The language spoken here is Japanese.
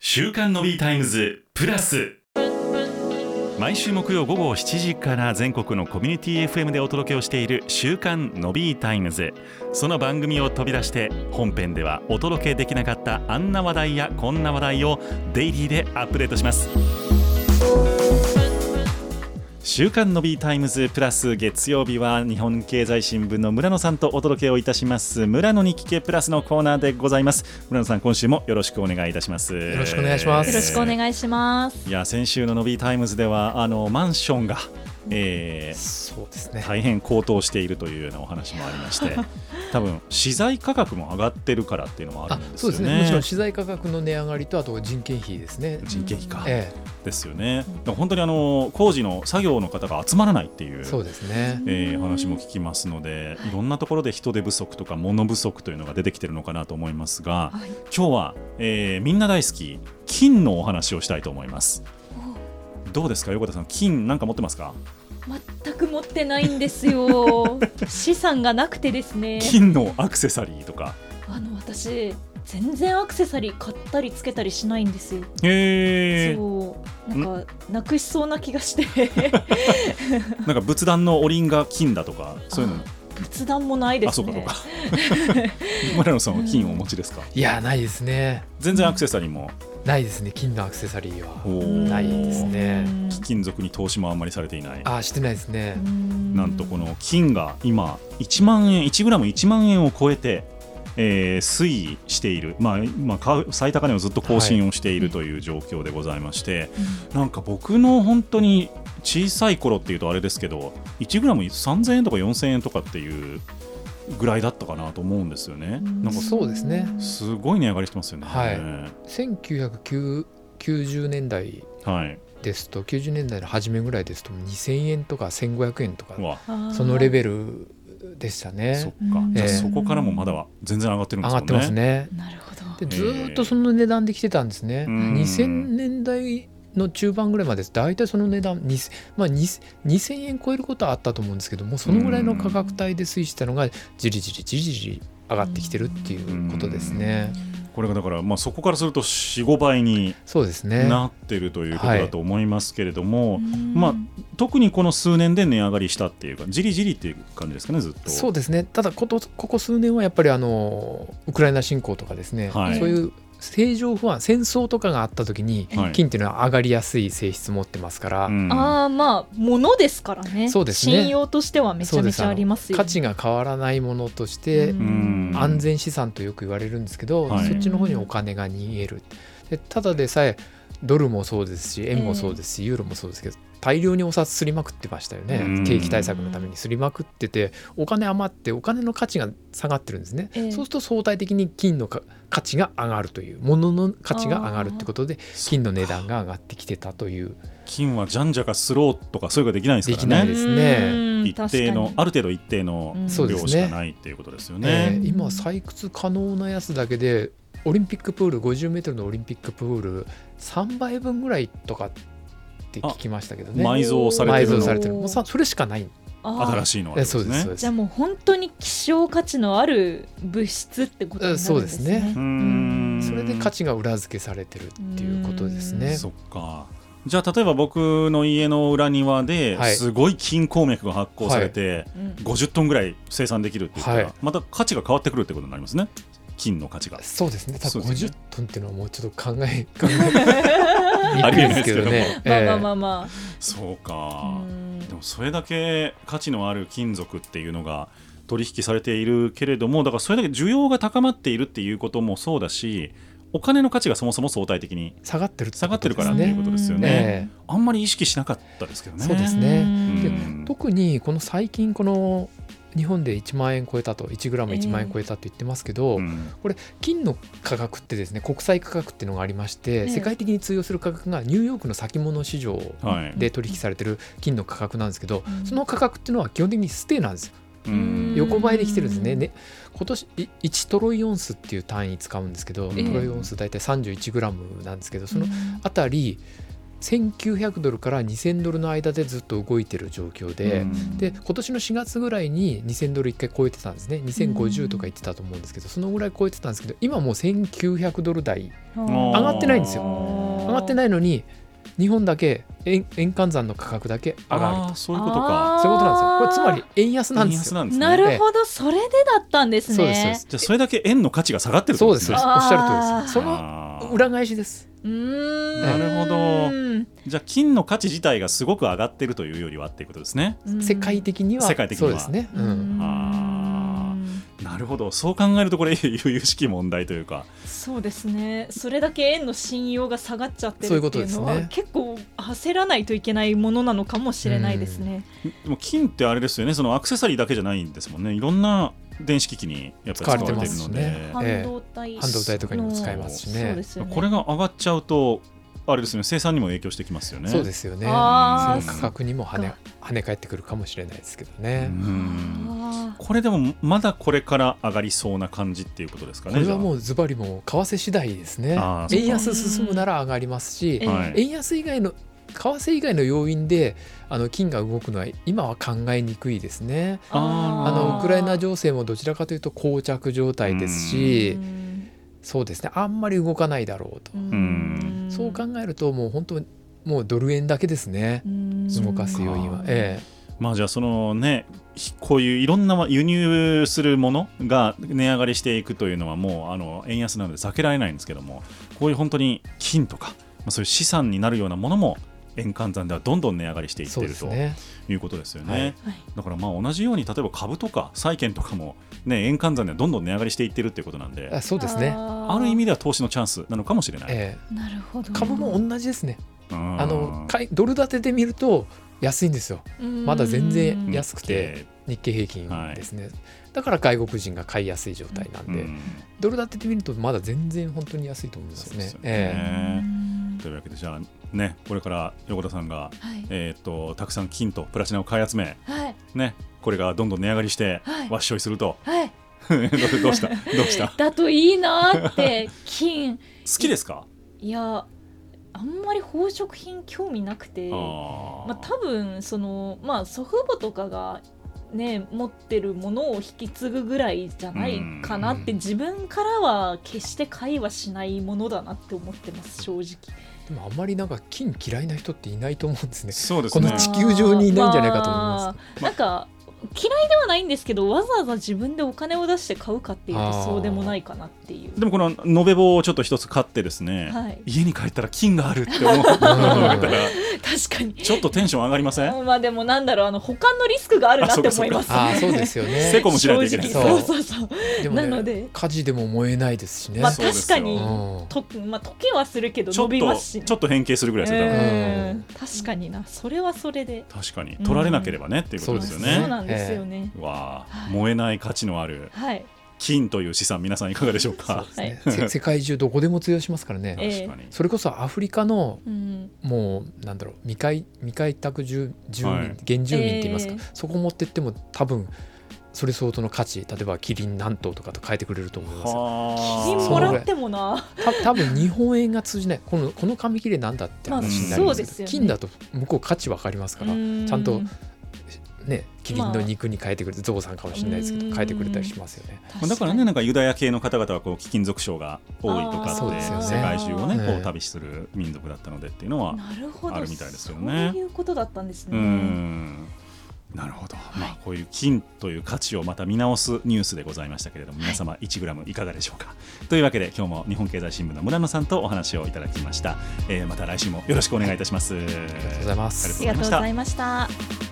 週刊のビータイムズプラス毎週木曜午後7時から全国のコミュニティ FM でお届けをしている週刊のビータイムズその番組を飛び出して本編ではお届けできなかったあんな話題やこんな話題をデイリーでアップデートします週刊のビータイムズプラス月曜日は日本経済新聞の村野さんとお届けをいたします村野に聞けプラスのコーナーでございます村野さん今週もよろしくお願いいたしますよろしくお願いしますよろしくお願いしますいや先週のノビータイムズではあのマンションが、えーそうですね。大変高騰しているというようなお話もありまして 多分資材価格も上がってるからっていうのもああるん、ですそうよですね。もちろねん資材価格の値上がりとあと人件費ですね。人件費か、えですよねだから本当にあの工事の作業の方が集まらないっていえ、うそうですね。えー話も聞きますのでいろんなところで人手不足とか物不足というのが出てきてるのかなと思いますがはい今日は、えーみんな大好き金のお話をしたいと思いますどうですか横田さん金なんか持ってますか全く持ってないんです よ資産がなくてですね金のアクセサリーとかあの私全然アクセサリー買ったりつけたりしないんですよ、へーそうなんかなくしそうな気がしてなんか仏壇のおりんが金だとか そういうの仏壇もないであすそうかそうねか 村野さんは金をお持ちですかいや、ないですね。全然アクセサリーもないですね。金のアクセサリーは。おうんーないですねうん金属に投資もあんまりされていないあ、してないですね。なんとこの金が今1万円1グラム1万円を超えて、えー推移している、まあ、まあ買う最高値をずっと更新をしているという状況でございまして、なんか僕の本当に小さい頃っていうとあれですけど1グラム3000円とか4000円とかっていうぐらいだったかなと思うんですよね。うんなんかそうですねすごい値上がりしてますよね。はい1990年代はい、ですと、90年代の初めぐらいですと、2000円とか1500円とかう、わそのレルベルでしたそっね。か、じゃあええそこからもまだは全然上がってるんで上すがもっんてますね。なるほでどずーっとその値段で来てたんですね、うん2000年代の中盤ぐらいまで大体その値段、2000まあ、2000 2000円超えることはあったと思うんですけどもうそのぐらいの価格帯で推移したのがじりじりじりじり上がってきてるっていうことですね、これがだから、まあ、そこからすると45倍にそうですねなってるということだと思いますけれども、ままあ特にこの数年で値上がりしたっていうかじりじりっていう感じですかねずっと。そうですねただことここ数年はやっぱりあのウクライナ侵攻とかですね、はいそういう政情不安戦争とかがあった時にはい金っていうのは上がりやすい性質持ってますから、うんあーまあ物ですからねそうですね信用としてはめちゃめちゃありますよ価値が変わらないものとして、うん安全資産とよく言われるんですけど、はいそっちの方にお金が逃げるでただでさえドルもそうですし円もそうですし、ユーロもそうですけど大量にお札すりまくってましたよね、うん景気対策のためにすりまくっててお金余ってお金の価値が下がってるんですね、ええそうすると相対的に金のか価値が上がるという物の価値が上がるってことで金の値段が上がってきてたという金はじゃんじゃかスローとかそういうのができないですかできならいねですねうん一定の確かある程度一定のうんそうです量ねしかないっていうことですよえね。ー今採掘可能なやつだけでオリンピックプール 50m のオリンピックプール3倍分ぐらいとかって聞きましたけどね埋蔵され埋てる蔵のされてるもうさそれしかないにあー新しいのはえでそうすですねそう。ですじゃあもう本当に希少価値のある物質ってことになるんですね。そうですねうーんそれで価値が裏付けされてるっていうことですねそっかじゃあ例えば僕の家の裏庭ではいすごい金鉱脈が発行されて、うん50トンぐらい生産できるって言ったら、はいまた価値が変わってくるってことになりますね金の価値が。そうですね多分そうです50ねトンっていうのはもうちょっと考え考えありえないにでくすけどもねまあえまあえまあまそうあ。か、うんでもそれだけ価値のある金属っていうのが取引されているけれどもだからそれだけ需要が高まっているっていうこともそうだしお金の価値がそもそも相対的に下がってる下がってるからっっててこいとうことですよですねね、ええあんまり意識しなかったですけどねそうですねうんでうん特にこの最近この日本で1万円超えたと 1g1 万円超えたと言ってますけど、うん金の価格ってですね国際価格っていうのがありまして、え世界的に通用する価格がニューヨークの先物市場はいで取引されてる金の価格なんですけど、うんその価格っていうのは基本的にステイなんですようん横ばいできてるんですねうんね今年い1トロイオンスっていう単位使うんですけど、ええトロイオンス大体 31g なんですけどそのあたり1900ドルから2000ドルの間でずっと動いてる状況で。うんで今年の4月ぐらいに2000ドル1回超えてたんですね2050とか言ってたと思うんですけど、そのぐらい超えてたんですけど今もう1900ドル台うん上がってないんですよあー上がってないのに日本だけ円円換算の価格だけ上がるああそういうことか。そういうことなんですよこれつまり円安なん円です安よなんですね。なるほど、それでだったんですね。そうですそうですじゃあそれだけ円の価値が下がってるってそこうとですそうねですおっしゃるとりですそのあー裏返しですうーんなるほどじゃあ金の価値自体がすごく上がってるというよりはっていうことですね。うん世界的には世界的にそはうですね、ううんん、あなるほどそう考えるとこれ 由々しき問題というかそうですね。それだけ円の信用が下がっちゃってそういるうこっとていでうすのねは結構焦らないといけないものなのかもしれないですね。でも金ってあれですよねそのアクセサリーだけじゃないんですもんねいろんな電子機器にやっぱり使われてるので使われてますね半ええ導体の半導体とかにも使えますしねそうですよね。これが上がっちゃうとあれですね生産にも影響してきますよね。そうですよねあーその価格にも跳ね跳ね返ってくるかもしれないですけどうね、んあこれでもまだこれから上がりそうな感じっていうことですかね。これはもううズバリもう為替次第ですねあーそう円安進むなら上がりますしえはえい、円安以外の為替以外の要因であの金が動くのは今は考えにくいですねーああーのウクライナ情勢もどちらかというと膠着状態ですしうんそうですねあんまり動かないだろうとんそう考えるともう本当もうドル円だけですねうん動かす要因は、えまあじゃあそのねひこういういろんな輸入するものが値上がりしていくというのはもうあの円安なので避けられないんですけどもこういう本当に金とか、まあ、そういう資産になるようなものも円換算ではどんどん値上がりしてえいっそてうるですとねいうことですよね。はいはいだからまあ同じように例えば株とか債券とかも、ね、円換算ではどんどん値上がりしていってるっていうことなんであそうですねあーある意味では投資のチャンスなのかもしれない。えなるほどえ株も同じですねうんあの買いドル建てで見ると安いんですよまだ全然安くて日経平均ですね、だから外国人が買いやすい状態なんうで、んドル建てで見るとまだ全然本当に安いと思いますね。そうですよねええうんというわけでじゃあねこれから横田さんが、はいえー、とたくさん金とプラチナを買い集め、はいね、これがどんどん値上がりして、はいわっしょいすると はいどうどうしたどうした好だといいなーって金きですかいやあんまり宝飾品興味なくてあーまあ多分そのまあ祖父母とかがね持ってるものを引き継ぐぐらいじゃないかなってうん自分からは決して会話しないものだなって思ってます正直でもあんまりなんか金嫌いな人っていないと思うんですね。そうですこねの地球上にいないんじゃないかと思いますあーなんか嫌いではないんですけどわざわざ自分でお金を出して買うかっていうとあーそうでもないかなっていうでもこの延べ棒をちょっと一つ買ってですね、 はい家に帰ったら金があるって 思う思えたら確かにちょっとテンション上がりませんまあでもなんだろうあの保管のリスクがあるなって思いますねああそうですよね。セコムしないといけ正ない直そそううそうそうでなので火事でも燃えないですしね。まあそうです確かうにんとまあ時はするけどちょ伸っびますとしちょっと変形するぐらいですよ、多分ねうん確かになそれはそれで確かに取られなければねっていうことですよね。そうなんですよねわあはい燃えない価値のあるはい金という資産皆さんいかがでしょうかそうはいせ世界中どこでも通用しますからね。ええ確かに、それこそアフリカのうんもうなんだろう未開未開拓住住民、はい原住民って言いますか、ええそこ持ってっても多分それ相当の価値例えばキリン何頭とかと変えてくれると思いますよはあ金もらってもなた多分日本円が通じないこのこの紙切れなんだって話になりますけまあそうですど、よね金だと向こう価値わかりますから、ちちゃんとねキリンの肉に変えてくれてゾウさんかもしれないですけうどん変えてくれたりしますよね。まあだからねなんかユダヤ系の方々はこう貴金属商が多いとかあーっそうてですよね世界中をねこえうえ旅する民族だったのでっていうのはなるほどあるみたいですよねそういうことだったんですうねんなるほど、まあ、こういう金という価値をまた見直すニュースでございましたけれども皆様 1g いかがでしょうか、というわけで今日も日本経済新聞の村野さんとお話をいただきました、えーまた来週もよろしくお願いいたします、ありがとうございますありがとうございますありがとうございました